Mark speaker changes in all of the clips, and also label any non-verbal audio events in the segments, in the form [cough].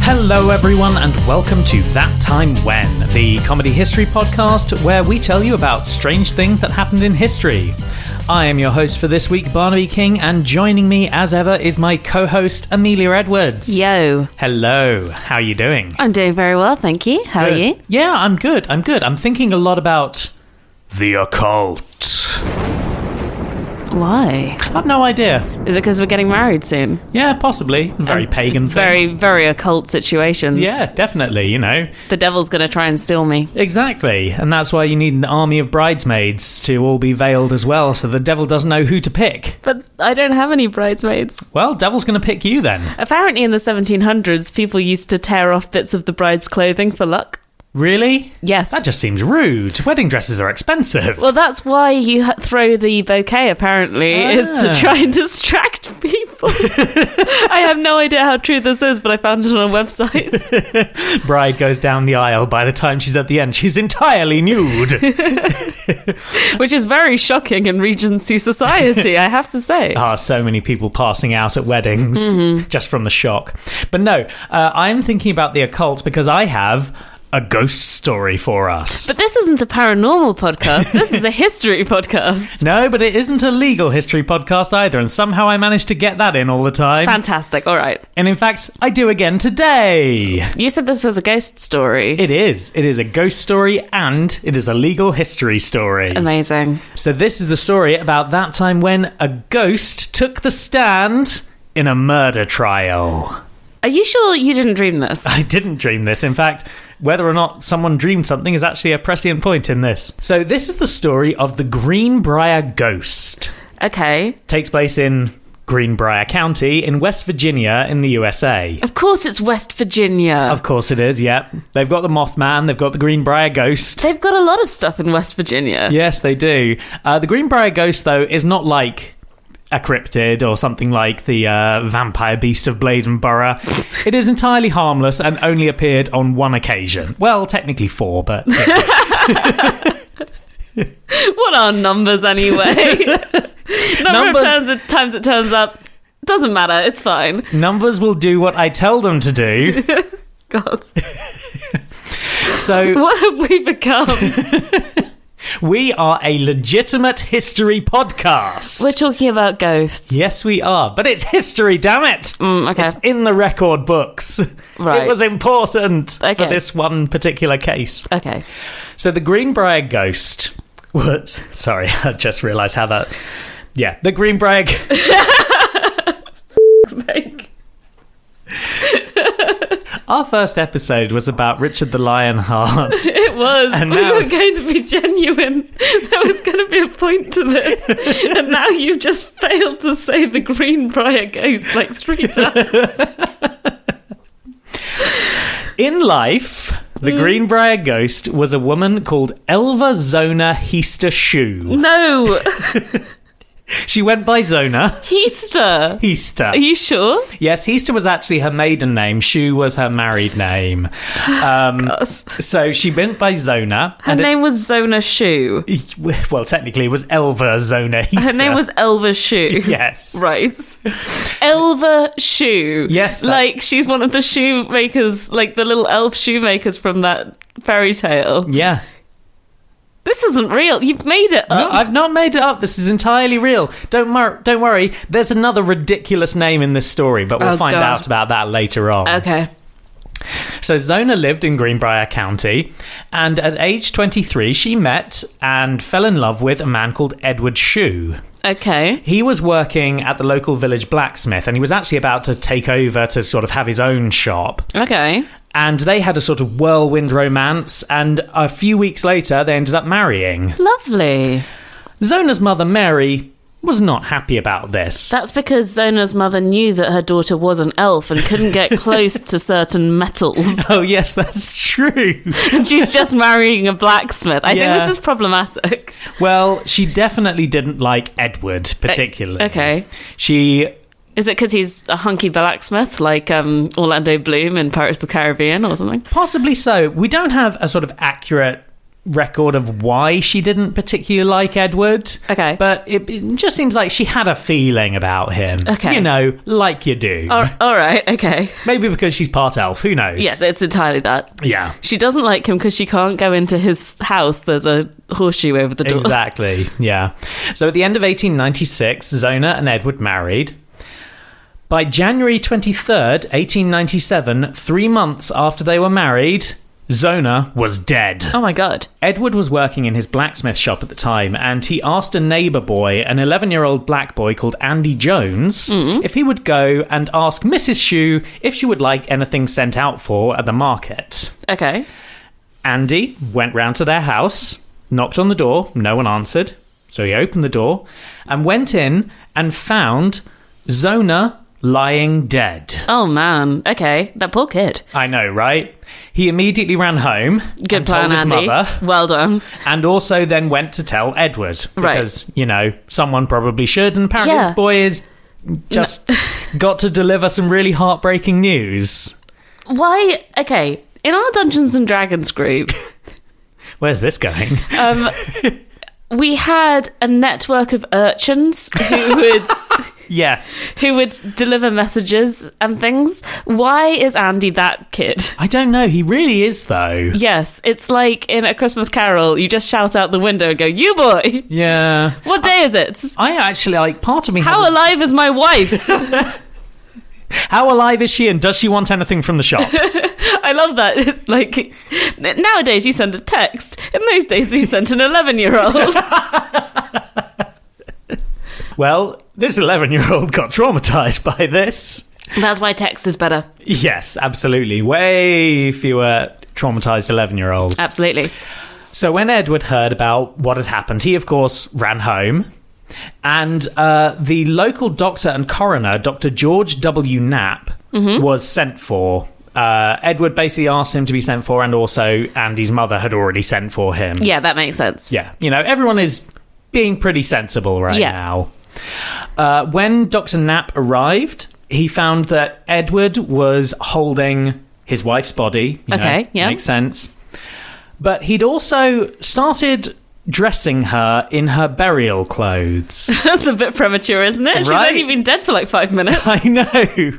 Speaker 1: Hello, everyone, and welcome to That Time When, the comedy history podcast where we tell you about strange things that happened in history. I am your host for this week, Barnaby King, and joining me as ever is my co host, Amelia Edwards.
Speaker 2: Yo,
Speaker 1: Hello, how are you doing?
Speaker 2: I'm doing very well, thank you. How are
Speaker 1: Good.
Speaker 2: you?
Speaker 1: Yeah, I'm good. I'm good. I'm thinking a lot about the occult.
Speaker 2: Why?
Speaker 1: I've no idea.
Speaker 2: Is it because we're getting married soon?
Speaker 1: Yeah, possibly. Very pagan thing.
Speaker 2: Um, Very, very occult situations.
Speaker 1: Yeah, definitely, you know.
Speaker 2: The devil's going to try and steal me.
Speaker 1: Exactly, and that's why you need an army of bridesmaids to all be veiled as well, so the devil doesn't know who to pick.
Speaker 2: But I don't have any bridesmaids.
Speaker 1: Well, devil's going to pick you then.
Speaker 2: Apparently, in the 1700s, people used to tear off bits of the bride's clothing for luck.
Speaker 1: Really?
Speaker 2: Yes.
Speaker 1: That just seems rude. Wedding dresses are
Speaker 2: [laughs]
Speaker 1: expensive.
Speaker 2: well, that's why you ha- throw the bouquet, apparently, is to
Speaker 1: Ah.
Speaker 2: try and distract people. [laughs] I have no idea how true this is, but I found it on
Speaker 1: [laughs]
Speaker 2: a website.
Speaker 1: Bride goes down the aisle. By the time she's at the end, she's entirely nude.
Speaker 2: which is very shocking in Regency society, I have to say.
Speaker 1: ah, so many people passing out at weddings just from the shock. But no, uh, I'm thinking about the occult because I have a ghost story for us.
Speaker 2: But this isn't a
Speaker 1: [laughs]
Speaker 2: paranormal podcast. This is a history podcast.
Speaker 1: no, but it isn't a legal history podcast either, and somehow I managed to get that in all the time.
Speaker 2: Fantastic. All right.
Speaker 1: And in fact, I do again today.
Speaker 2: You said this was a ghost story.
Speaker 1: It is. It is a ghost story and it is a legal history story.
Speaker 2: Um, Amazing.
Speaker 1: So, this is the story about that time when a ghost took the stand in a murder trial.
Speaker 2: Are you sure you didn't dream
Speaker 1: [laughs]
Speaker 2: this?
Speaker 1: I didn't dream this. In fact, whether or not someone dreamed something is actually a prescient point in this. So, this is the story of the Greenbrier ghost.
Speaker 2: Okay.
Speaker 1: Takes place in Greenbrier County in West Virginia in the USA.
Speaker 2: Of course it's West Virginia.
Speaker 1: Of course it is, yep. They've got the Mothman, they've got the Greenbrier Ghost.
Speaker 2: They've got a lot of stuff in West Virginia.
Speaker 1: Yes, they do. Uh, the Greenbrier Ghost, though, is not like a cryptid or something like the uh, vampire beast of Bladen
Speaker 2: [laughs]
Speaker 1: Borough. it is entirely harmless and only appeared on one occasion. Well, technically four, but yeah.
Speaker 2: [laughs] What are numbers anyway?
Speaker 1: [laughs]
Speaker 2: Number
Speaker 1: Numbers-
Speaker 2: of turns it, times it turns up. Doesn't matter. It's fine.
Speaker 1: numbers will do what I tell them to do.
Speaker 2: God. [laughs]
Speaker 1: So
Speaker 2: What have we
Speaker 1: [laughs]
Speaker 2: become?
Speaker 1: we are a legitimate history podcast.
Speaker 2: We're talking about ghosts.
Speaker 1: Yes, we are, but it's history, damn it!
Speaker 2: Mm, okay.
Speaker 1: It's in the record books. [laughs]
Speaker 2: Right.
Speaker 1: It was important for
Speaker 2: Okay.
Speaker 1: this one particular case. [laughs]
Speaker 2: Okay.
Speaker 1: So the Greenbrier ghost [laughs] was. Sorry, [laughs] I just realised how that. Yeah, the Greenbrier.
Speaker 2: [laughs]
Speaker 1: g- Our first episode was about Richard the
Speaker 2: [laughs]
Speaker 1: Lionheart.
Speaker 2: It was.
Speaker 1: And
Speaker 2: we
Speaker 1: now-
Speaker 2: were going to be genuine. [laughs] There was going to be a point
Speaker 1: [laughs]
Speaker 2: to this. and now you've just failed to say the Greenbrier ghost like three times.
Speaker 1: [laughs] In life, the Greenbrier ghost was a woman called Elva Zona Heaster Shoe.
Speaker 2: No,
Speaker 1: She went by Zona [laughs]
Speaker 2: Easter.
Speaker 1: Heaster.
Speaker 2: Are you sure?
Speaker 1: Yes, Heaster was actually her maiden name. Shoe was her married name. Um,
Speaker 2: Yes.
Speaker 1: so she went by Zona.
Speaker 2: Her
Speaker 1: and
Speaker 2: name was Zona Shoe.
Speaker 1: it- [laughs] well, technically, it was Elva Zona Heaster.
Speaker 2: Her name was Elva Shoe.
Speaker 1: [laughs] Yes.
Speaker 2: Right.
Speaker 1: [laughs]
Speaker 2: Elva Shoe.
Speaker 1: Yes, that's-
Speaker 2: Like she's one of the shoemakers, like the little elf shoemakers from that fairy tale.
Speaker 1: Yeah.
Speaker 2: This isn't real. You've made it
Speaker 1: No,
Speaker 2: up.
Speaker 1: Uh, I've not made it up. This is entirely real. Don't mur- don't worry. There's another ridiculous name in this story, but we'll
Speaker 2: Oh,
Speaker 1: find
Speaker 2: God. Uh,
Speaker 1: out about that later on.
Speaker 2: okay.
Speaker 1: So Zona lived in Greenbrier County, and at age 23, she met and fell in love with a man called Edward Shue.
Speaker 2: Okay.
Speaker 1: He was working at the local village blacksmith, and he was actually about to take over to sort of have his own shop.
Speaker 2: Okay.
Speaker 1: And they had a sort of whirlwind romance, and a few weeks later, they ended up marrying.
Speaker 2: Lovely.
Speaker 1: Zona's mother, Mary, was not happy about this.
Speaker 2: That's because Zona's mother knew that her daughter was an elf and
Speaker 1: [laughs]
Speaker 2: couldn't get close to certain metals. [laughs]
Speaker 1: oh, yes, that's true.
Speaker 2: And she's just marrying a blacksmith. I
Speaker 1: Yeah.
Speaker 2: think this is problematic.
Speaker 1: well, she definitely didn't like Edward particularly.
Speaker 2: Eh, Okay.
Speaker 1: She.
Speaker 2: Is it because he's a hunky blacksmith like um,
Speaker 1: [laughs]
Speaker 2: Orlando Bloom in Pirates of the Caribbean or something?
Speaker 1: Possibly so. We don't have a sort of accurate record of why she didn't particularly like Edward.
Speaker 2: Okay.
Speaker 1: But it, it just seems like she had a feeling about him.
Speaker 2: Okay.
Speaker 1: You know, like you do.
Speaker 2: All- all right, okay.
Speaker 1: Maybe because she's part elf. Who knows?
Speaker 2: Yes, it's entirely that.
Speaker 1: Yeah.
Speaker 2: She doesn't like him because she can't go into his house. There's a horseshoe over the door.
Speaker 1: Exactly. Yeah. So at the end of 1896, Zona and Edward married. By January 23rd, 1897, three months after they were married, Zona was dead.
Speaker 2: Oh my god.
Speaker 1: Edward was working in his blacksmith shop at the time, and he asked a neighbour boy, an 11 year old black boy called Andy Jones, if he would go and ask Mrs. Shoe if she would like anything sent out for at the market.
Speaker 2: Okay.
Speaker 1: Andy went round to their house, knocked on the door, no one answered. So he opened the door and went in and found Zona lying dead.
Speaker 2: Oh man. Okay. That poor kid.
Speaker 1: I know, right? He immediately ran home
Speaker 2: Good
Speaker 1: and told
Speaker 2: plan,
Speaker 1: his
Speaker 2: Andy.
Speaker 1: mother,
Speaker 2: Well done.
Speaker 1: and also then went to tell Edward
Speaker 2: Right.
Speaker 1: because you know someone probably should, and apparently
Speaker 2: Yeah.
Speaker 1: this boy is
Speaker 2: [laughs]
Speaker 1: just got to deliver some really heartbreaking news.
Speaker 2: Why? Okay. In our Dungeons and Dragons group,
Speaker 1: Where's this going?
Speaker 2: [laughs] um, we had a network of urchins who would
Speaker 1: [laughs] yes,
Speaker 2: who would deliver messages and things. Why is Andy that kid?
Speaker 1: I don't know. He really is though.
Speaker 2: Yes, it's like in A Christmas Carol, you just shout out the window and go, "You boy,
Speaker 1: Yeah.
Speaker 2: what day is it?"
Speaker 1: I actually like part of me. has
Speaker 2: How
Speaker 1: a-
Speaker 2: alive is my wife? [laughs]
Speaker 1: how alive is she, and does she want anything from the shops?
Speaker 2: I love that. [laughs] Like nowadays, you send a text. In those days, you sent an eleven-year-old.
Speaker 1: well, this eleven-year-old got traumatized by this.
Speaker 2: [laughs] That's why text is better.
Speaker 1: Yes, absolutely. Way fewer traumatized eleven-year-olds.
Speaker 2: Absolutely.
Speaker 1: So when Edward heard about what had happened, he of course ran home. And uh, the local doctor and coroner, Dr. George W. Knapp, was sent for. Uh, Edward basically asked him to be sent for, and also Andy's mother had already sent for him.
Speaker 2: Yeah, that makes sense.
Speaker 1: Yeah. You know, everyone is being pretty sensible right
Speaker 2: Yeah.
Speaker 1: now. Uh, when Dr. Knapp arrived, he found that Edward was holding his wife's body. you know,
Speaker 2: Okay, yeah.
Speaker 1: Makes sense. But he'd also started dressing her in her burial clothes.
Speaker 2: [laughs] That's a bit premature, isn't it? She's
Speaker 1: Right.
Speaker 2: only been dead for like five minutes.
Speaker 1: I know.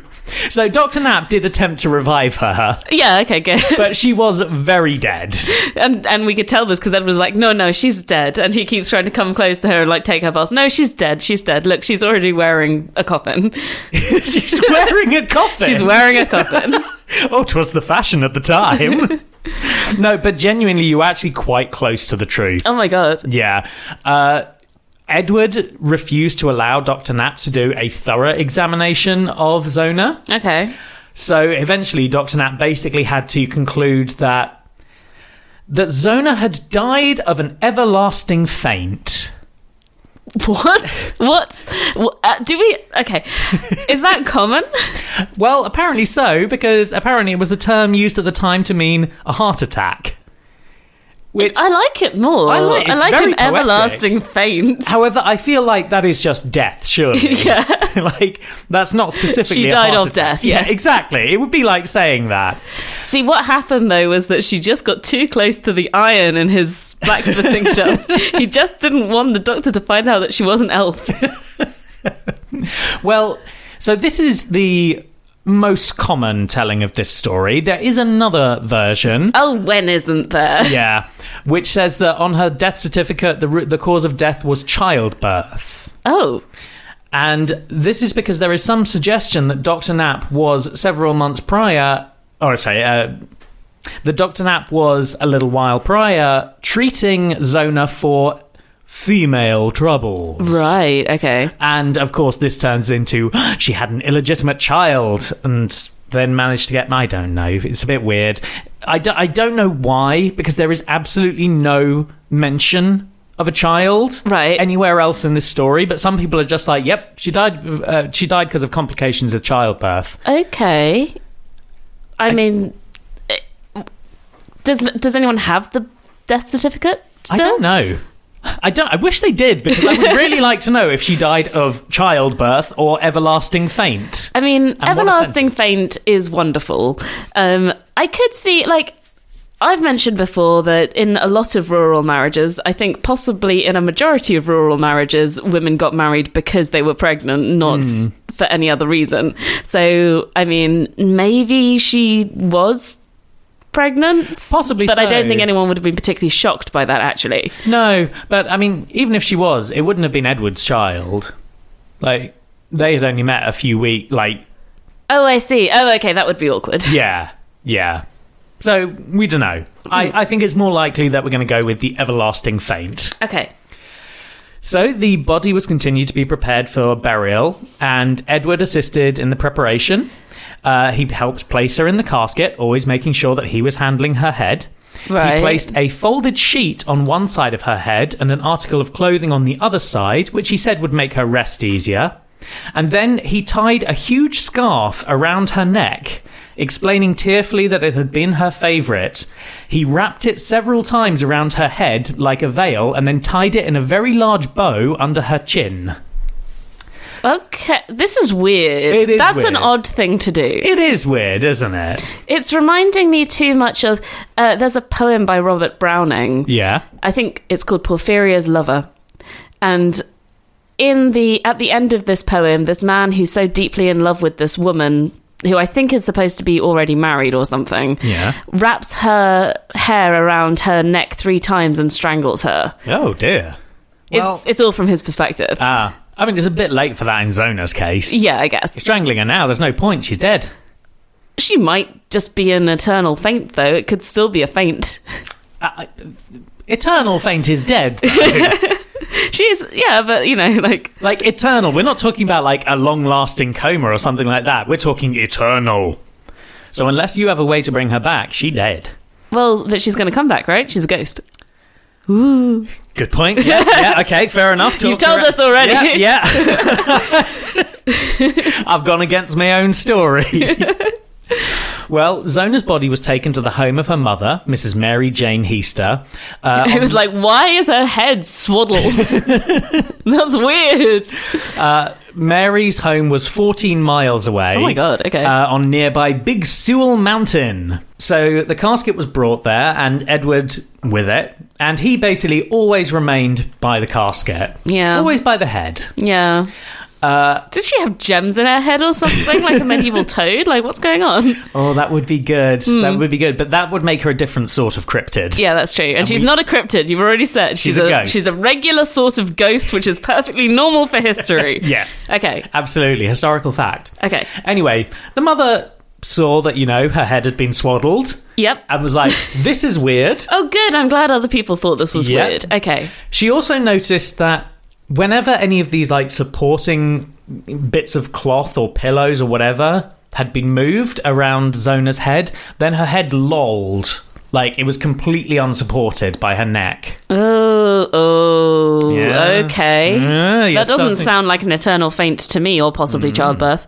Speaker 1: So Dr. Knapp did attempt to revive her,
Speaker 2: [laughs] yeah, okay, good.
Speaker 1: but she was very dead.
Speaker 2: [laughs]
Speaker 1: [laughs]
Speaker 2: and and we could tell this because Ed was like, no, no, she's dead, and he keeps trying to come close to her and like take her pulse. No, she's dead. She's dead. Look, she's already wearing a coffin. [laughs]
Speaker 1: She's wearing a coffin.
Speaker 2: She's wearing a [laughs] coffin.
Speaker 1: Oh, 'twas the fashion at the time. no, but genuinely, you were actually quite close to the truth.
Speaker 2: oh my god.
Speaker 1: Yeah. Uh, Edward refused to allow Dr. Knapp to do a thorough examination of Zona.
Speaker 2: Okay.
Speaker 1: So eventually, Dr. Knapp basically had to conclude that. That Zona had died of an everlasting faint.
Speaker 2: [laughs] What? What? Wha- uh, do we? Okay. Is that common?
Speaker 1: Well, apparently so, because apparently it was the term used at the time to mean a heart attack. Which
Speaker 2: I like it more.
Speaker 1: I like- it's very
Speaker 2: an
Speaker 1: poetic.
Speaker 2: everlasting faint.
Speaker 1: However, I feel like that is just death, surely.
Speaker 2: [laughs] Yeah.
Speaker 1: [laughs] like that's not specifically.
Speaker 2: She
Speaker 1: a
Speaker 2: died
Speaker 1: heart
Speaker 2: of
Speaker 1: attack.
Speaker 2: death,
Speaker 1: Yeah,
Speaker 2: yes.
Speaker 1: exactly. It would be like saying that.
Speaker 2: See, what happened though was that she just got too close to the iron in his blacksmithing [laughs] shop. He just didn't want the doctor to find out that she was an elf.
Speaker 1: Well, so this is the most common telling of this story. There is another version.
Speaker 2: Oh, when isn't there?
Speaker 1: Yeah, which says that on her death certificate, the ru- the cause of death was childbirth.
Speaker 2: Oh,
Speaker 1: And this is because there is some suggestion that Dr. Knapp was several months prior, or sorry, uh, that Dr. Knapp was a little while prior treating Zona for female troubles.
Speaker 2: right. Okay.
Speaker 1: And of course, this turns into [gasps] she had an illegitimate child and then managed to get. I don't know. It's a bit weird. I, do, I don't know why, because there is absolutely no mention of a child
Speaker 2: Right.
Speaker 1: anywhere else in this story. But some people are just like, "Yep, she died. Uh, she died because of complications of childbirth."
Speaker 2: Okay. I, mean, it- does does anyone have the death certificate?
Speaker 1: I
Speaker 2: Still?
Speaker 1: don't know. I don't. I wish they did because I would really like to know if she died of childbirth or everlasting faint.
Speaker 2: I mean,
Speaker 1: what a
Speaker 2: everlasting faint is wonderful. Um, I could see like I've mentioned before that in a lot of rural marriages, I think possibly in a majority of rural marriages, women got married because they were pregnant,
Speaker 1: Hmm.
Speaker 2: not s- for any other reason. So, I mean, maybe she was pregnant.
Speaker 1: Possibly
Speaker 2: But I don't
Speaker 1: so.
Speaker 2: think anyone would have been particularly shocked by that, actually.
Speaker 1: No, but I mean, even if she was, it wouldn't have been Edward's child. Like they had only met a few weeks. Like
Speaker 2: Oh, I see. Oh, okay, that would be
Speaker 1: [laughs]
Speaker 2: awkward.
Speaker 1: yeah, yeah. So we don't know. I, I think it's more likely that we're going to go with the everlasting faint.
Speaker 2: Okay.
Speaker 1: So the body was continued to be prepared for burial, and Edward assisted in the preparation. Uh, he helped place her in the casket, always making sure that he was handling her head.
Speaker 2: Right.
Speaker 1: He placed a folded sheet on one side of her head and an article of clothing on the other side, which he said would make her rest easier. And then he tied a huge scarf around her neck, explaining tearfully that it had been her favourite. He wrapped it several times around her head like a veil and then tied it in a very large bow under her chin.
Speaker 2: Okay. This is weird.
Speaker 1: It is
Speaker 2: That's an
Speaker 1: weird.
Speaker 2: odd thing to do.
Speaker 1: It is weird, isn't it?
Speaker 2: It's reminding me too much of. Uh, there's a poem by Robert Browning.
Speaker 1: Yeah.
Speaker 2: I think it's called Porphyria's Lover. And in the at the end of this poem, this man who's so deeply in love with this woman, who I think is supposed to be already married or something,
Speaker 1: Yeah.
Speaker 2: wraps her hair around her neck three times and strangles her.
Speaker 1: Oh dear. Well-
Speaker 2: it's it's all from his perspective.
Speaker 1: Ah, I mean, it's a bit late for that in Zona's case.
Speaker 2: yeah, I guess.
Speaker 1: Strangling her now, there's no point, she's dead.
Speaker 2: She might just be an eternal faint though. It could still be a faint. [laughs]
Speaker 1: Uh, eternal faint is [laughs] dead.
Speaker 2: She is yeah, but you know, like
Speaker 1: like eternal. We're not talking about like a long-lasting coma or something like that. We're talking eternal. So unless you have a way to bring her back, she dead.
Speaker 2: well, but she's gonna come back, right? She's a ghost.
Speaker 1: Good point. Yeah, yeah okay, fair enough. [laughs]
Speaker 2: You
Speaker 1: Talked her out-
Speaker 2: told us already.
Speaker 1: Yeah, yeah. [laughs] I've gone against my own story. well, Zona's body was taken to the home of her mother, Mrs. Mary Jane Heaster. Uh, [laughs]
Speaker 2: [laughs] It was like, why is her head [laughs] swaddled? That's weird.
Speaker 1: Mary's home was 14 miles away.
Speaker 2: Oh my God, okay.
Speaker 1: Uh, on nearby Big Sewell Mountain. So the casket was brought there and Edward with it. And he basically always remained by the casket.
Speaker 2: Yeah.
Speaker 1: Always by the head.
Speaker 2: Yeah.
Speaker 1: Uh,
Speaker 2: Did she have gems in her head or something, like a [laughs] medieval toad? Like, what's going on?
Speaker 1: oh, that would be good. That would be good. But that would make her a different sort of cryptid.
Speaker 2: Hmm. Yeah, that's true. And, she's
Speaker 1: we-
Speaker 2: not a cryptid. You've already said she's,
Speaker 1: a ghost.
Speaker 2: She's a regular sort of ghost, which is perfectly normal
Speaker 1: [laughs]
Speaker 2: for history.
Speaker 1: Yes.
Speaker 2: Okay.
Speaker 1: Absolutely. Historical fact.
Speaker 2: Okay.
Speaker 1: Anyway, the mother saw that, you know, her head had been swaddled
Speaker 2: Yep.
Speaker 1: and was
Speaker 2: [laughs]
Speaker 1: like, this is weird.
Speaker 2: Oh, good. I'm glad other people thought this was
Speaker 1: Yeah.
Speaker 2: weird. Okay.
Speaker 1: She also noticed that whenever any of these like supporting bits of cloth or pillows or whatever had been moved around Zona's head, then her head lolled. Like it was completely unsupported by her neck.
Speaker 2: Oh. Oh.
Speaker 1: Yeah.
Speaker 2: Okay.
Speaker 1: Ah, yes, Mm.
Speaker 2: that doesn't
Speaker 1: doesn't-
Speaker 2: sound like an eternal faint to me, or possibly childbirth.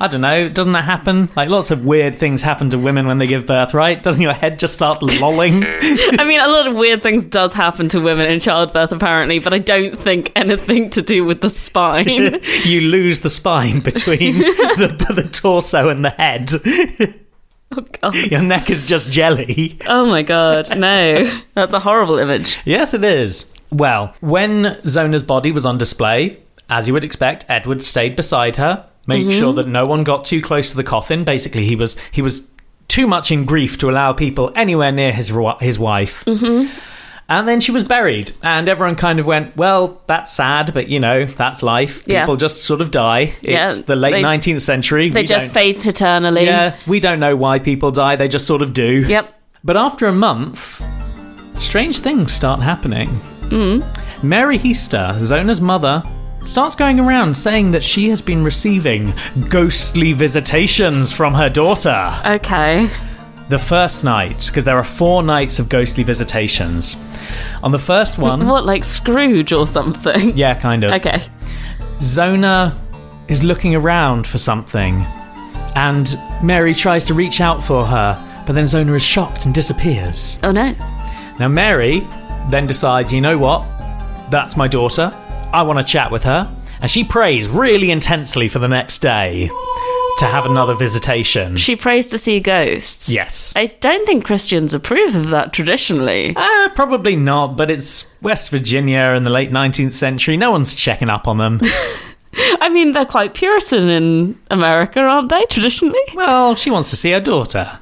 Speaker 1: I don't know. Doesn't that happen? Like lots of weird things happen to women when they give birth, right? Doesn't your head just start lolling?
Speaker 2: [laughs] I mean, a lot of weird things does happen to women in childbirth, apparently, but I don't think anything to do with the spine.
Speaker 1: you lose the spine between the, the torso and the head.
Speaker 2: [laughs] oh, God.
Speaker 1: Your neck is just jelly.
Speaker 2: [laughs] oh my God, no, that's a horrible image.
Speaker 1: Yes, it is. Well, when Zona's body was on display, as you would expect, Edward stayed beside her, made
Speaker 2: Mm-hmm.
Speaker 1: sure that no one got too close to the coffin. Basically, he was he was too much in grief to allow people anywhere near his wi- his wife.
Speaker 2: Mm-hmm.
Speaker 1: And then she was buried, and everyone kind of went, "Well, that's sad, but you know, that's life.
Speaker 2: Yeah.
Speaker 1: People just sort of die. It's
Speaker 2: Yeah,
Speaker 1: the late
Speaker 2: they-
Speaker 1: nineteenth century.
Speaker 2: They
Speaker 1: we
Speaker 2: just
Speaker 1: don't-
Speaker 2: fade eternally.
Speaker 1: yeah, we don't know why people die. They just sort of do.
Speaker 2: Yep.
Speaker 1: But after a month, strange things start happening. Mary Heaster, Zona's mother, starts going around saying that she has been receiving ghostly visitations from her daughter.
Speaker 2: Okay.
Speaker 1: The first night, because there are four nights of ghostly visitations. On the first one,
Speaker 2: Um, What, like Scrooge or [laughs] something?
Speaker 1: yeah, kind of.
Speaker 2: Okay.
Speaker 1: Zona is looking around for something, and Mary tries to reach out for her, but then Zona is shocked and disappears.
Speaker 2: Oh no.
Speaker 1: Now, Mary then decides, you know what? That's my daughter. I want to chat with her. And she prays really intensely for the next day. to have another visitation.
Speaker 2: She prays to see ghosts.
Speaker 1: Yes.
Speaker 2: I don't think Christians approve of that traditionally.
Speaker 1: Uh, probably not, but it's West Virginia in the late 19th century. No one's checking up on them.
Speaker 2: I mean, they're quite Puritan in America, aren't they, traditionally?
Speaker 1: well, she wants to see her daughter.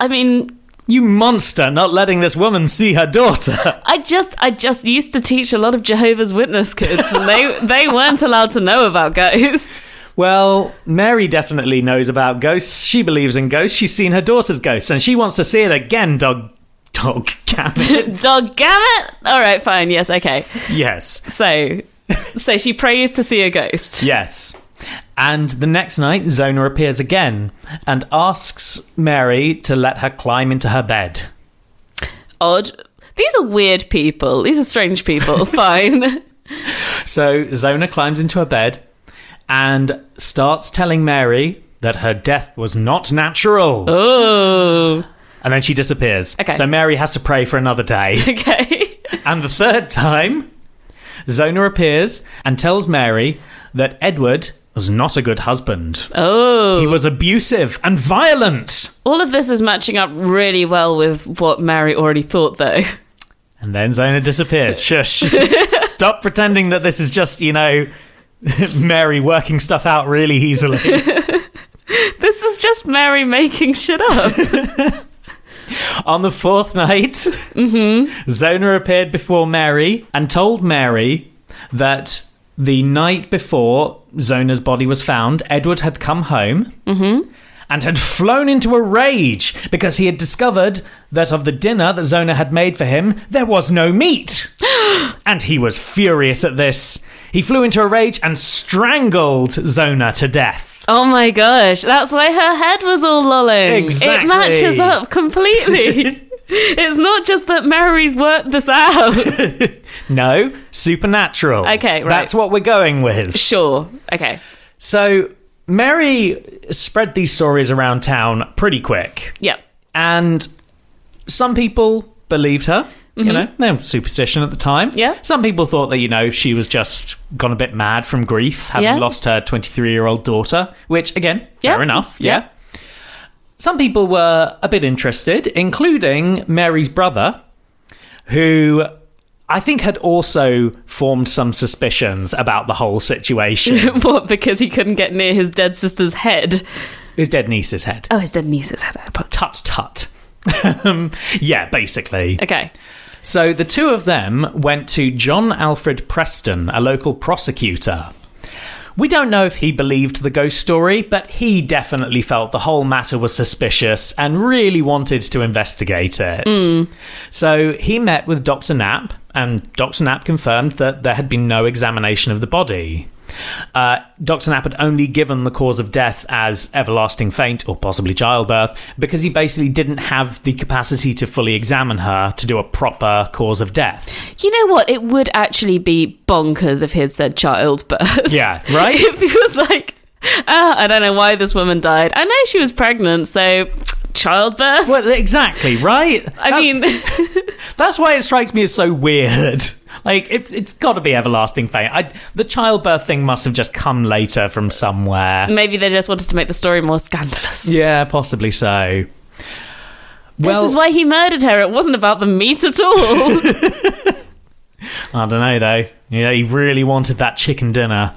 Speaker 2: I mean,
Speaker 1: You monster, not letting this woman see her daughter. [laughs]
Speaker 2: I just I just used to teach a lot of Jehovah's Witness kids and they they weren't allowed to know about ghosts.
Speaker 1: well, Mary definitely knows about ghosts. She believes in ghosts. She's seen her daughter's ghosts, and she wants to see it again, dog. Dog [laughs]
Speaker 2: [laughs]
Speaker 1: cabin.
Speaker 2: Dog it! All right, fine. Yes, okay.
Speaker 1: yes.
Speaker 2: So so she prays to see a ghost.
Speaker 1: Yes. And the next night, Zona appears again and asks Mary to let her climb into her bed.
Speaker 2: Odd. These are weird people. These are strange people. Fine.
Speaker 1: So Zona climbs into her bed and starts telling Mary that her death was not natural.
Speaker 2: Oh.
Speaker 1: And then she disappears.
Speaker 2: Okay.
Speaker 1: So Mary has to pray for another
Speaker 2: [laughs]
Speaker 1: day.
Speaker 2: Okay.
Speaker 1: and the third time, Zona appears and tells Mary that Edward was not a good husband.
Speaker 2: Oh.
Speaker 1: He was abusive and violent.
Speaker 2: All of this is matching up really well with what Mary already thought, though. [laughs]
Speaker 1: And then Zona disappears. Shush. Stop pretending that this is just, you know, [laughs] Mary working stuff out really easily.
Speaker 2: This is just Mary making shit up.
Speaker 1: On the fourth night,
Speaker 2: Mm-hmm.
Speaker 1: Zona appeared before Mary and told Mary that the night before Zona's body was found, Edward had come home
Speaker 2: Mm-hmm.
Speaker 1: and had flown into a rage because he had discovered that of the dinner that Zona had made for him, there was no meat.
Speaker 2: [gasps]
Speaker 1: and he was furious at this. He flew into a rage and strangled Zona to death.
Speaker 2: oh my gosh, that's why her head was all lolling.
Speaker 1: Exactly.
Speaker 2: It
Speaker 1: [laughs]
Speaker 2: matches up completely. it's not just that Mary's worked
Speaker 1: [laughs]
Speaker 2: this out.
Speaker 1: No, supernatural.
Speaker 2: Okay, right.
Speaker 1: That's what we're going with.
Speaker 2: sure. Okay.
Speaker 1: So Mary spread these stories around town pretty quick,
Speaker 2: Yep.
Speaker 1: and some people believed her. You know, they were superstition at the time.
Speaker 2: Mm-hmm. Yeah.
Speaker 1: Some people thought that you know she was just gone a bit mad from grief, having
Speaker 2: Yeah.
Speaker 1: lost her twenty-three-year-old daughter. Which, again,
Speaker 2: Yeah.
Speaker 1: fair enough.
Speaker 2: Yeah.
Speaker 1: yeah. Some people were a bit interested, including Mary's brother, who I think had also formed some suspicions about the whole situation.
Speaker 2: [laughs] what? Because he couldn't get near his dead sister's head.
Speaker 1: his dead niece's head.
Speaker 2: Oh, his dead niece's head. I apologize.
Speaker 1: Uh, Tut tut. [laughs] um, yeah, basically.
Speaker 2: Okay.
Speaker 1: So the two of them went to John Alfred Preston, a local prosecutor. We don't know if he believed the ghost story, but he definitely felt the whole matter was suspicious and really wanted to investigate it. So he met with Dr. Knapp, and Dr. Knapp confirmed that there had been no examination of the body. Uh, Dr. Knapp had only given the cause of death as everlasting faint or possibly childbirth because he basically didn't have the capacity to fully examine her to do a proper cause of death.
Speaker 2: You know what? It would actually be bonkers if he had said childbirth.
Speaker 1: Yeah, right?
Speaker 2: [laughs] if he was like, ah, I don't know why this woman died. I know she was pregnant, so childbirth.
Speaker 1: well, exactly, right?
Speaker 2: I
Speaker 1: That-
Speaker 2: mean, [laughs]
Speaker 1: that's why it strikes me as so weird. [laughs] Like, it, it's got to be everlasting faint. I, the childbirth thing must have just come later from somewhere.
Speaker 2: maybe they just wanted to make the story more scandalous.
Speaker 1: Yeah, possibly so.
Speaker 2: this is why he murdered her. It wasn't about the meat at all. [laughs]
Speaker 1: I don't know though. Yeah, he really wanted that chicken dinner.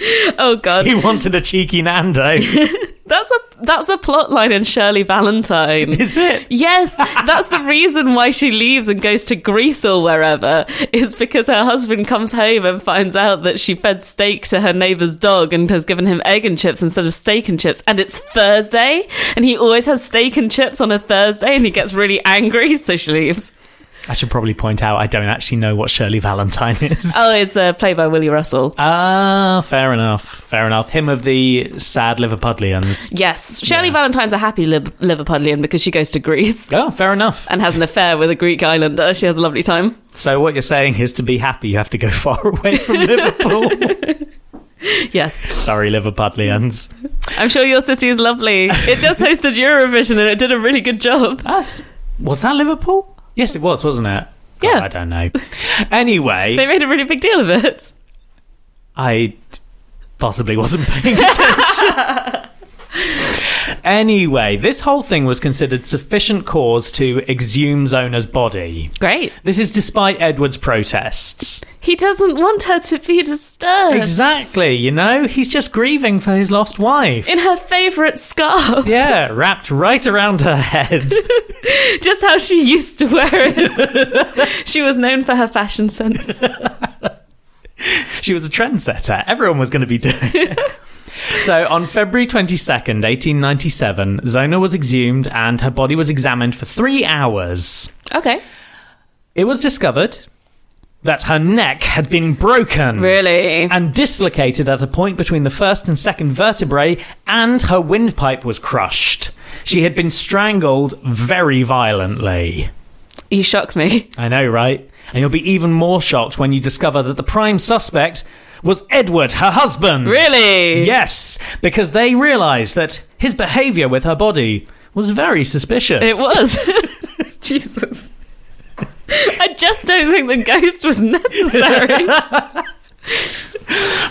Speaker 1: [laughs]
Speaker 2: oh god,
Speaker 1: He wanted a cheeky Nando. is
Speaker 2: that's a that's a plot line in
Speaker 1: [laughs]
Speaker 2: Shirley Valentine.
Speaker 1: it?
Speaker 2: Yes, that's the reason why she leaves and goes to Greece or wherever is because her husband comes home and finds out that she fed steak to her neighbor's dog and has given him egg and chips instead of steak and chips. And it's Thursday, and he always has steak and chips on a Thursday, and he gets really angry, so she leaves.
Speaker 1: I should probably point out I don't actually know what Shirley Valentine [laughs] is.
Speaker 2: Oh, it's uh, played by Willie Russell.
Speaker 1: Ah, fair enough. Fair enough. Him of the sad Liverpudlians.
Speaker 2: Yes, Shirley
Speaker 1: Yeah.
Speaker 2: Valentine's a happy Lib- Liverpudlian because she goes to Greece
Speaker 1: Oh, fair enough.
Speaker 2: and has an affair with a Greek islander. She has a lovely time.
Speaker 1: So what you're saying is to be happy you have to go [laughs] far away from Liverpool.
Speaker 2: Yes.
Speaker 1: Sorry, Liverpudlians.
Speaker 2: I'm sure your city is lovely. It just hosted Eurovision and it did a really good job.
Speaker 1: That's, was that Liverpool? Yes, it was, wasn't it? God,
Speaker 2: Yeah.
Speaker 1: I don't know. Anyway,
Speaker 2: They made a really big deal of it.
Speaker 1: I possibly wasn't paying attention. anyway, this whole thing was considered sufficient cause to exhume Zona's body.
Speaker 2: Great.
Speaker 1: This is despite Edward's protests.
Speaker 2: He doesn't want her to be disturbed
Speaker 1: Exactly, you know? He's just grieving for his lost wife.
Speaker 2: in her favourite scarf,
Speaker 1: Yeah, wrapped right around her head.
Speaker 2: just how she used to wear it. [laughs] she was known for her fashion sense.
Speaker 1: She was a trendsetter. Everyone was going to be doing it. so on February 22nd, 1897, Zona was exhumed and her body was examined for three hours.
Speaker 2: Okay.
Speaker 1: It was discovered that her neck had been broken.
Speaker 2: Really?
Speaker 1: And dislocated at a point between the first and second vertebrae, and her windpipe was crushed. She had been strangled very violently.
Speaker 2: You shock me.
Speaker 1: I know, right? And you'll be even more shocked when you discover that the prime suspect was Edward, her husband.
Speaker 2: Really?
Speaker 1: Yes, because they realised that his behaviour with her body was very suspicious.
Speaker 2: It was. [laughs] Jesus. I just don't think the ghost was [laughs] necessary.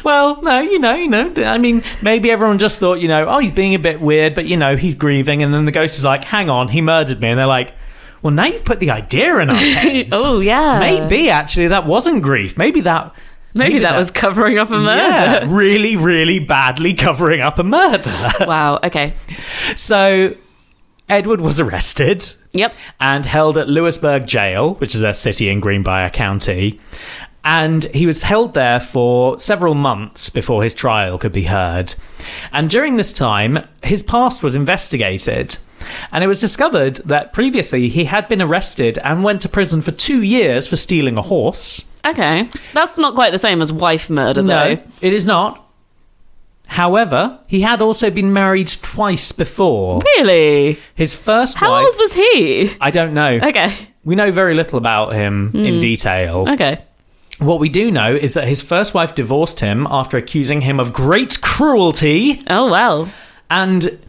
Speaker 1: Well, no, you know, you know. I mean, maybe everyone just thought, you know, oh, he's being a bit weird, but you know, he's grieving. And then the ghost is like, hang on, he murdered me. And they're like, well, now you've put the idea
Speaker 2: [laughs]
Speaker 1: in our heads.
Speaker 2: Oh, yeah.
Speaker 1: Maybe actually that wasn't grief. Maybe that.
Speaker 2: Maybe, that, was covering up a
Speaker 1: Yeah,
Speaker 2: murder.
Speaker 1: really, really badly covering up a
Speaker 2: [laughs]
Speaker 1: murder.
Speaker 2: Wow. Okay.
Speaker 1: So Edward was arrested
Speaker 2: Yep.
Speaker 1: and held at Lewisburg Jail, which is a city in Greenbrier County. And he was held there for several months before his trial could be heard. And during this time, his past was investigated. And it was discovered that previously he had been arrested and went to prison for two years for stealing a horse.
Speaker 2: Okay. That's not quite the same as wife murder,
Speaker 1: No,
Speaker 2: though.
Speaker 1: it is not. However, he had also been married twice before.
Speaker 2: Really?
Speaker 1: His first
Speaker 2: How
Speaker 1: wife.
Speaker 2: old was he?
Speaker 1: I don't know.
Speaker 2: Okay. Hmm.
Speaker 1: We know very little about him in detail.
Speaker 2: Okay.
Speaker 1: What we do know is that his first wife divorced him after accusing him of great cruelty,
Speaker 2: Oh, well.
Speaker 1: and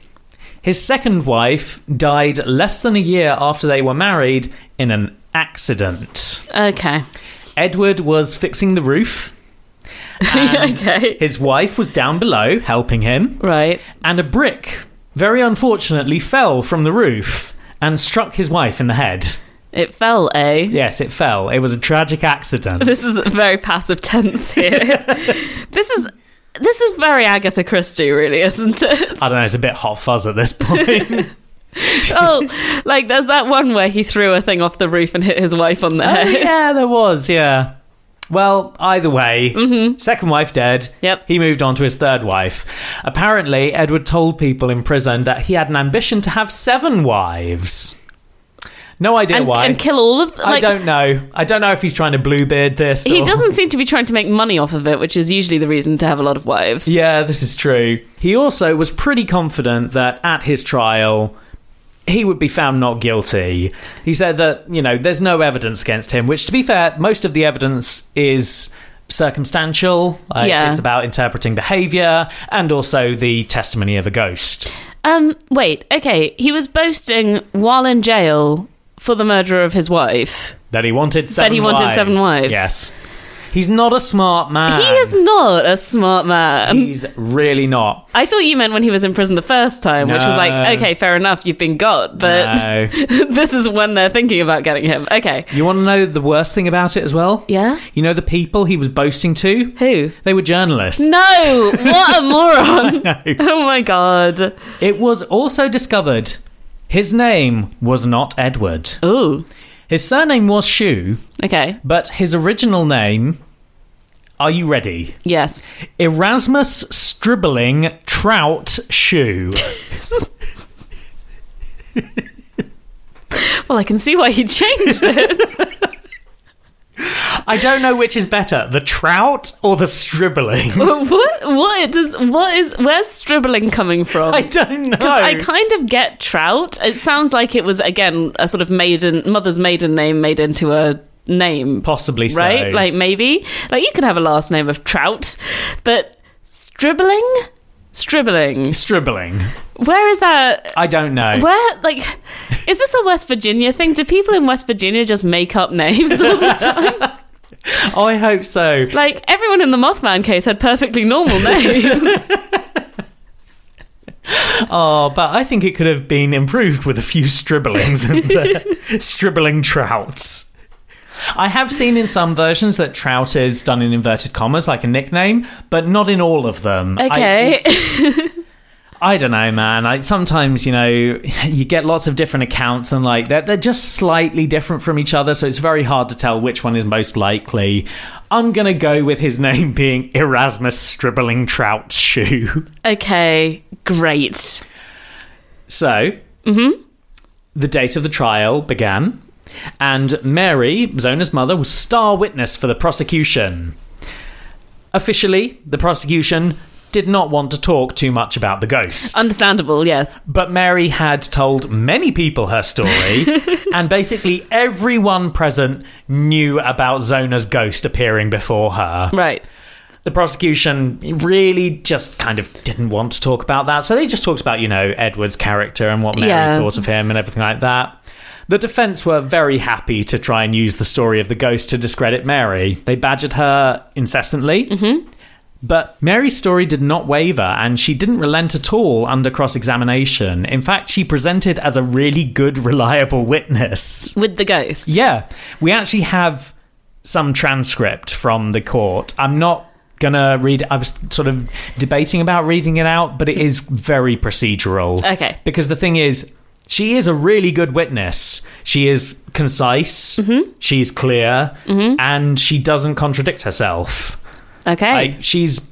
Speaker 1: his second wife died less than a year after they were married in an accident.
Speaker 2: Okay. [laughs]
Speaker 1: Edward was fixing the roof. [laughs] and
Speaker 2: okay.
Speaker 1: His wife was down below helping him,
Speaker 2: Right.
Speaker 1: and a brick very unfortunately fell from the roof and struck his wife in the head.
Speaker 2: It fell, eh?
Speaker 1: Yes, it fell. It was a tragic accident.
Speaker 2: This is very
Speaker 1: [laughs]
Speaker 2: passive tense here. this is this is very Agatha Christie, really, isn't
Speaker 1: [laughs]
Speaker 2: it?
Speaker 1: I don't know, it's a bit hot fuzz at this [laughs] point.
Speaker 2: oh, like there's that one where he threw a thing off the roof and hit his wife on the [laughs]
Speaker 1: Oh,
Speaker 2: head.
Speaker 1: yeah, there was, yeah. Well, either way, second wife dead.
Speaker 2: Mm-hmm. Yep.
Speaker 1: He moved on to his third wife. Apparently, Edward told people in prison that he had an ambition to have seven wives. No idea
Speaker 2: And,
Speaker 1: why.
Speaker 2: and kill all of like,
Speaker 1: I don't know. I don't know if he's trying to bluebeard this.
Speaker 2: He
Speaker 1: or-
Speaker 2: doesn't seem to be trying to make money off of it, which is usually the reason to have a lot of wives.
Speaker 1: Yeah, this is true. He also was pretty confident that at his trial, he would be found not guilty. He said that, you know, there's no evidence against him, which, to be fair, most of the evidence is circumstantial. Like,
Speaker 2: Yeah.
Speaker 1: It's about interpreting behavior and also the testimony of a ghost.
Speaker 2: Um, wait, okay. He was boasting while in jail for the murder of his wife.
Speaker 1: That he wanted seven
Speaker 2: he wanted seven wives.
Speaker 1: Yes. He's not a smart man.
Speaker 2: he is um, not a smart man.
Speaker 1: He's really not.
Speaker 2: I thought you meant when he was in prison the first time, which was
Speaker 1: No.
Speaker 2: like, okay, fair enough, you've been got, but
Speaker 1: No.
Speaker 2: [laughs] this is when they're thinking about getting him. Okay.
Speaker 1: You want to know the worst thing about it as well?
Speaker 2: Yeah?
Speaker 1: You know the people he was boasting to?
Speaker 2: Who?
Speaker 1: They were journalists.
Speaker 2: No! What a
Speaker 1: [laughs]
Speaker 2: moron! [laughs] Oh my god.
Speaker 1: It was also discovered his name was not Edward.
Speaker 2: Ooh.
Speaker 1: His surname was Shu,
Speaker 2: Okay.
Speaker 1: but his original name. Are you ready?
Speaker 2: Yes.
Speaker 1: Erasmus Stribbling Trout Shoe.
Speaker 2: Well, I can see why he changed [laughs] it.
Speaker 1: I don't know which is better, the trout or the
Speaker 2: [laughs]
Speaker 1: stribbling.
Speaker 2: what? What does? What is? Where's stribbling coming from?
Speaker 1: I don't know.
Speaker 2: I kind of get trout. It sounds like it was again a sort of maiden mother's maiden name made into a name,
Speaker 1: Possibly so.
Speaker 2: right? Like maybe like you can have a last name of trout, but stribbling, stribbling.
Speaker 1: stribbling.
Speaker 2: Where is that?
Speaker 1: I don't know.
Speaker 2: Where like is this a West Virginia thing? Do people in West Virginia just make up names all the time?
Speaker 1: I hope so.
Speaker 2: [laughs] Like everyone in the Mothman case had perfectly normal names.
Speaker 1: Oh, but I think it could have been improved with a few stribblings in there. Stribbling trouts. I have seen in some versions that trout is done in inverted commas, like a nickname, but not in all of them. I-
Speaker 2: Okay.
Speaker 1: it's- I, don't know, man. I, sometimes, you know, you get lots of different accounts and like they're, they're just slightly different from each other, so it's very hard to tell which one is most likely. I'm going to go with his name being Erasmus Stribbling Trout Shoe. [laughs]
Speaker 2: okay, great.
Speaker 1: So, the date of the trial began, and Mary, Zona's mother, was star witness for the prosecution. Officially, the prosecution did not want to talk too much about the ghost,
Speaker 2: Uh, Understandable, yes.
Speaker 1: but Mary had told many people her story, and basically everyone present knew about Zona's ghost appearing before her
Speaker 2: Right.
Speaker 1: the prosecution really just kind of didn't want to talk about that. So they just talked about, you know, Edward's character and what Mary
Speaker 2: Yeah.
Speaker 1: thought of him and everything like that. The defense were very happy to try and use the story of the ghost to discredit Mary. They badgered her incessantly. But Mary's story did not waver and she didn't relent at all under cross examination. In fact, she presented as a really good, [laughs] reliable witness.
Speaker 2: With the ghost.
Speaker 1: Yeah, we actually have some transcript from the court. I'm not gonna read. I was sort of debating about reading it out, but it is very procedural.
Speaker 2: Okay.
Speaker 1: Because the thing is, she is a really good witness. She is concise. She's clear, and she doesn't contradict herself.
Speaker 2: Okay.
Speaker 1: Like she's,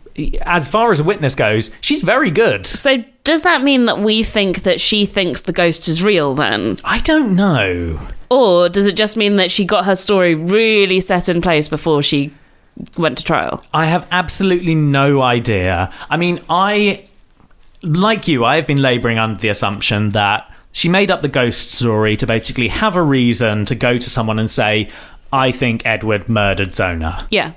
Speaker 1: as far as a witness goes, she's very good.
Speaker 2: so does that mean that we think that she thinks the ghost is real then?
Speaker 1: I don't know.
Speaker 2: Or does it just mean that she got her story really set in place before she went to trial?
Speaker 1: I have absolutely no idea. I mean, I, like you, I have been labouring under the assumption that she made up the ghost story to basically have a reason to go to someone and say, I think Edward murdered Zona.
Speaker 2: Yeah.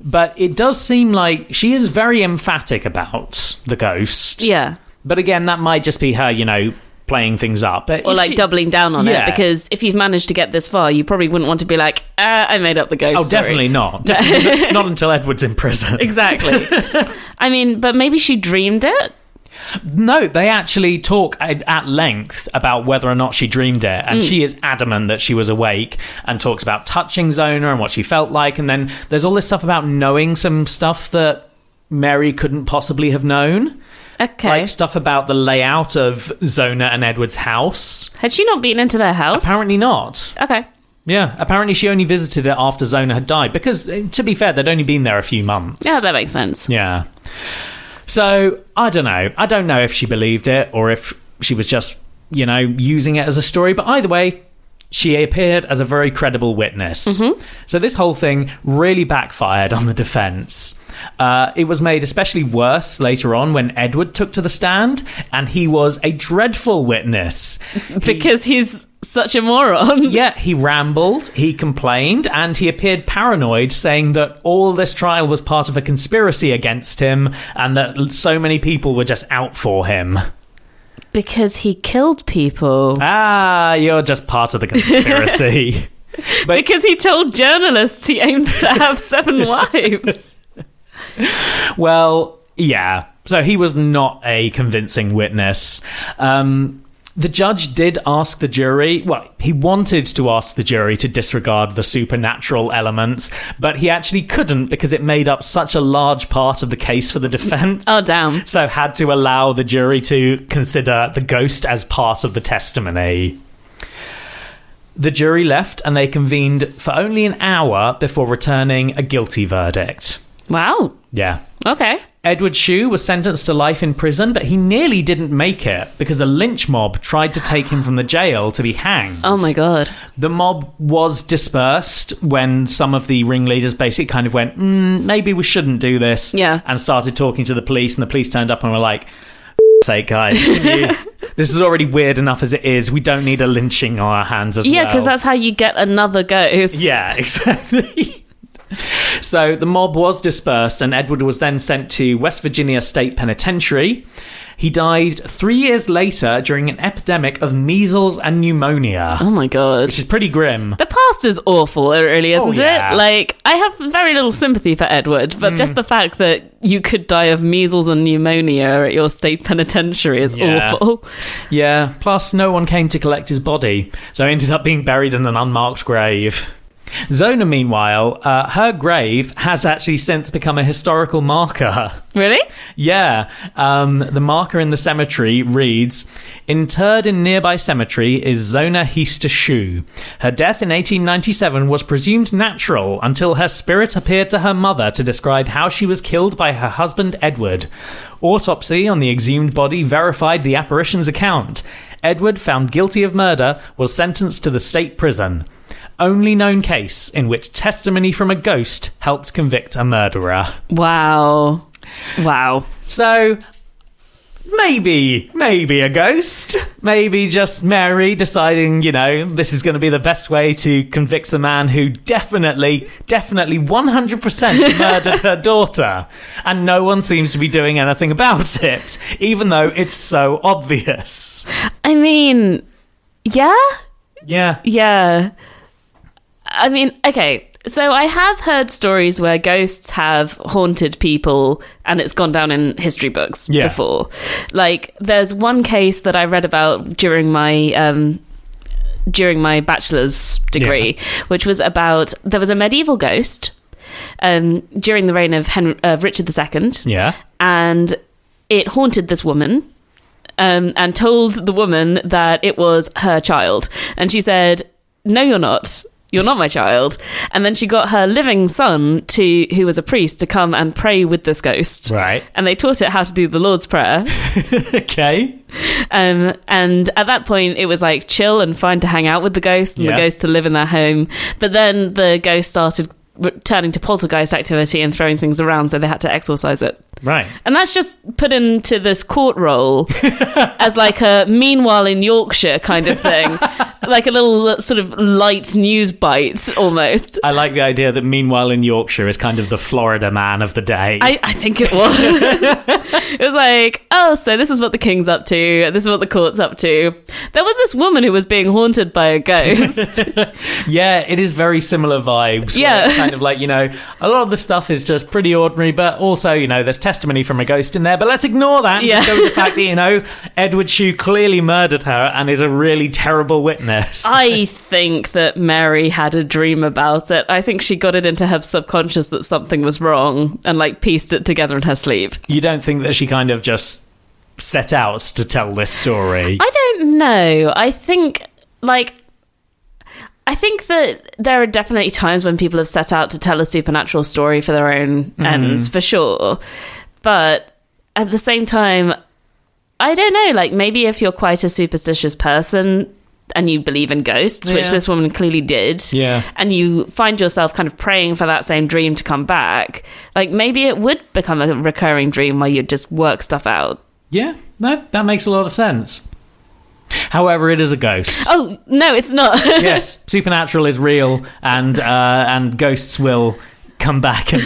Speaker 1: But it does seem like she is very emphatic about the ghost.
Speaker 2: Yeah.
Speaker 1: But again, that might just be her, you know, playing things up. But
Speaker 2: Or
Speaker 1: if
Speaker 2: like
Speaker 1: she-
Speaker 2: doubling down on
Speaker 1: Yeah.
Speaker 2: it because if you've managed to get this far, you probably wouldn't want to be like, ah, I made up the ghost.
Speaker 1: Oh,
Speaker 2: story."
Speaker 1: definitely not. Definitely not- not until Edward's in prison.
Speaker 2: [laughs] Exactly. I mean, but maybe she dreamed it.
Speaker 1: No, they actually talk at, at length about whether or not she dreamed it, and she is adamant that she was awake, and talks about touching Zona and what she felt like, and then there's all this stuff about knowing some stuff that Mary couldn't possibly have known,
Speaker 2: Okay.
Speaker 1: like stuff about the layout of Zona and Edward's house.
Speaker 2: Had she not been into their house?
Speaker 1: Apparently not.
Speaker 2: okay.
Speaker 1: Yeah, apparently she only visited it after Zona had died because, eh, to be fair, they'd only been there a few months.
Speaker 2: Yeah, that makes sense.
Speaker 1: Yeah. So I don't know. I don't know if she believed it or if she was just, you know, using it as a story. But either way, she appeared as a very credible witness. So this whole thing really backfired on the defense. Uh, it was made especially worse later on when Edward took to the stand and he was a dreadful witness.
Speaker 2: Because he's such a moron.
Speaker 1: Yeah, he rambled, he complained, and he appeared paranoid, saying that all this trial was part of a conspiracy against him and that l- so many people were just out for him.
Speaker 2: Because he killed people.
Speaker 1: Ah, you're just part of the conspiracy. but-
Speaker 2: Because he told journalists he aimed to
Speaker 1: [laughs]
Speaker 2: have seven wives.
Speaker 1: well, yeah. So he was not a convincing witness. Um, the judge did ask the jury, well, he wanted to ask the jury to disregard the supernatural elements, but he actually couldn't because it made up such a large part of the case for the defense.
Speaker 2: Oh, damn.
Speaker 1: So had to allow the jury to consider the ghost as part of the testimony. The jury left and they convened for only an hour before returning a guilty verdict.
Speaker 2: Wow.
Speaker 1: Yeah.
Speaker 2: Okay.
Speaker 1: Edward Shue was sentenced to life in prison, but he nearly didn't make it because a lynch mob tried to take him from the jail to be hanged.
Speaker 2: Oh my god.
Speaker 1: The mob was dispersed when some of the ringleaders basically kind of went, mm, maybe we shouldn't do this.
Speaker 2: Yeah.
Speaker 1: And started talking to the police, and the police turned up and were like, "F- sake, guys,
Speaker 2: [laughs]
Speaker 1: can you- this is already weird enough as it is. We don't need a lynching on our hands as
Speaker 2: Yeah,
Speaker 1: well.
Speaker 2: because that's how you get another ghost.
Speaker 1: Yeah, [laughs] exactly. So the mob was dispersed, and Edward was then sent to West Virginia State Penitentiary. He died three years later during an epidemic of measles and pneumonia,
Speaker 2: Oh my god.
Speaker 1: which is pretty grim.
Speaker 2: The past is awful, it really isn't
Speaker 1: Oh, yeah. Hmm.
Speaker 2: it? Like, I have very little sympathy for Edward, but just the fact that you could die of measles and pneumonia at your state penitentiary is
Speaker 1: Yeah.
Speaker 2: awful. [laughs]
Speaker 1: Yeah, plus no one came to collect his body, so he ended up being buried in an unmarked grave. Zona, meanwhile, uh, her grave has actually since become a historical marker.
Speaker 2: Really?
Speaker 1: Yeah, um, the marker in the cemetery reads Interred in nearby cemetery is Zona Heaster Shoe. Her death in 1897 was presumed natural until her spirit appeared to her mother to describe how she was killed by her husband Edward. Autopsy on the exhumed body verified the apparition's account. Edward, found guilty of murder, was sentenced to the state prison. Only known case in which testimony from a ghost helped convict a murderer.
Speaker 2: Wow. Wow.
Speaker 1: So maybe, maybe a ghost. Maybe just Mary deciding, you know, this is going to be the best way to convict the man who definitely, definitely 100% murdered her daughter. And no one seems to be doing anything about it, even though it's so obvious.
Speaker 2: I mean, yeah?
Speaker 1: Yeah.
Speaker 2: Yeah. I mean, okay. So I have heard stories where ghosts have haunted people and it's gone down in history books
Speaker 1: Yeah.
Speaker 2: before. Like there's one case that I read about during my um during my bachelor's degree, which was about there was a medieval ghost um during the reign of Henry, uh, Richard II
Speaker 1: Yeah.
Speaker 2: and it haunted this woman um, and told the woman that it was her child. And she said, No, you're not. You're not my child. And then she got her living son, to who was a priest, to come and pray with this ghost.
Speaker 1: Right.
Speaker 2: And they taught it how to do the Lord's Prayer.
Speaker 1: Okay.
Speaker 2: Um, and at that point, it was like chill and fine to hang out with the ghost and
Speaker 1: Yeah.
Speaker 2: the ghost to live in their home. But then the ghost started returning to poltergeist activity and throwing things around, so they had to exorcise it.
Speaker 1: Right.
Speaker 2: And that's just put into this court [laughs] roll as like a meanwhile in Yorkshire kind of thing, like a little uh, sort of light news bite almost.
Speaker 1: I like the idea that meanwhile in Yorkshire is kind of the Florida man of the day.
Speaker 2: I, I think it was. [laughs] it was like, oh, so this is what the king's up to. This is what the court's up to. There was this woman who was being haunted by a [laughs] ghost.
Speaker 1: Yeah, it is very similar vibes. where
Speaker 2: Yeah.
Speaker 1: it's kind of like you know, a lot of the stuff is just pretty ordinary, but also you know, there's testimony from a ghost in there. But let's ignore that. And
Speaker 2: Yeah.
Speaker 1: just go with the fact that you
Speaker 2: [laughs]
Speaker 1: know, Edward Shue clearly murdered her and is a really terrible witness.
Speaker 2: I think that Mary had a dream about it. I think she got it into her subconscious that something was wrong and like pieced it together in her sleep.
Speaker 1: you don't think that she kind of just set out to tell this story?
Speaker 2: I don't know. I think like I think that there are definitely times when people have set out to tell a supernatural story for their own
Speaker 1: Mm-hmm.
Speaker 2: ends, for sure. But at the same time, I don't know, like maybe if you're quite a superstitious person and you believe in ghosts, which
Speaker 1: Yeah.
Speaker 2: this woman clearly did,
Speaker 1: Yeah.
Speaker 2: and you find yourself kind of praying for that same dream to come back, like maybe it would become a recurring dream where you just work stuff out.
Speaker 1: yeah, no, that makes a lot of sense. However, it is a ghost.
Speaker 2: Oh, no, it's not. [laughs]
Speaker 1: yes, [laughs] supernatural is real, and uh, and ghosts will come back and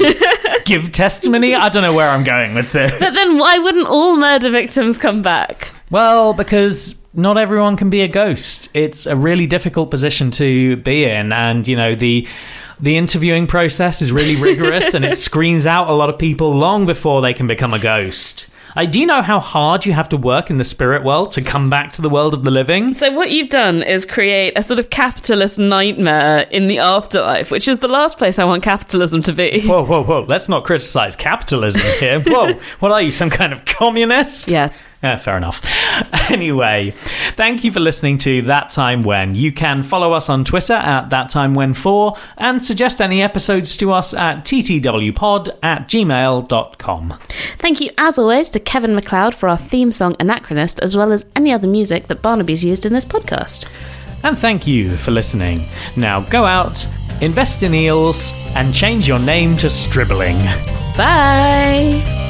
Speaker 1: give testimony. I don't know where I'm going with this.
Speaker 2: But then why wouldn't all murder victims come back?
Speaker 1: Well, because not everyone can be a ghost. It's a really difficult position to be in, and you know the. The interviewing process is really rigorous and it screens out a lot of people long before they can become a ghost. I do you know how hard you have to work in the spirit world to come back to the world of the living.
Speaker 2: So what you've done is create a sort of capitalist nightmare in the afterlife, which is the last place I want capitalism to be.
Speaker 1: Whoa, whoa, whoa. Let's not criticize capitalism here. Whoa, what are you, some kind of communist?
Speaker 2: Yes.
Speaker 1: Yeah, fair enough. [laughs] Anyway, thank you for listening to That Time When. You can follow us on Twitter at That Time When 4 and suggest any episodes to us at ttwpod at gmail.com.
Speaker 2: Thank you, as always, to Kevin McLeod for our theme song Anachronist, as well as any other music that Barnaby's used in this podcast.
Speaker 1: And thank you for listening. Now go out, invest in eels, and change your name to Stribbling.
Speaker 2: Bye!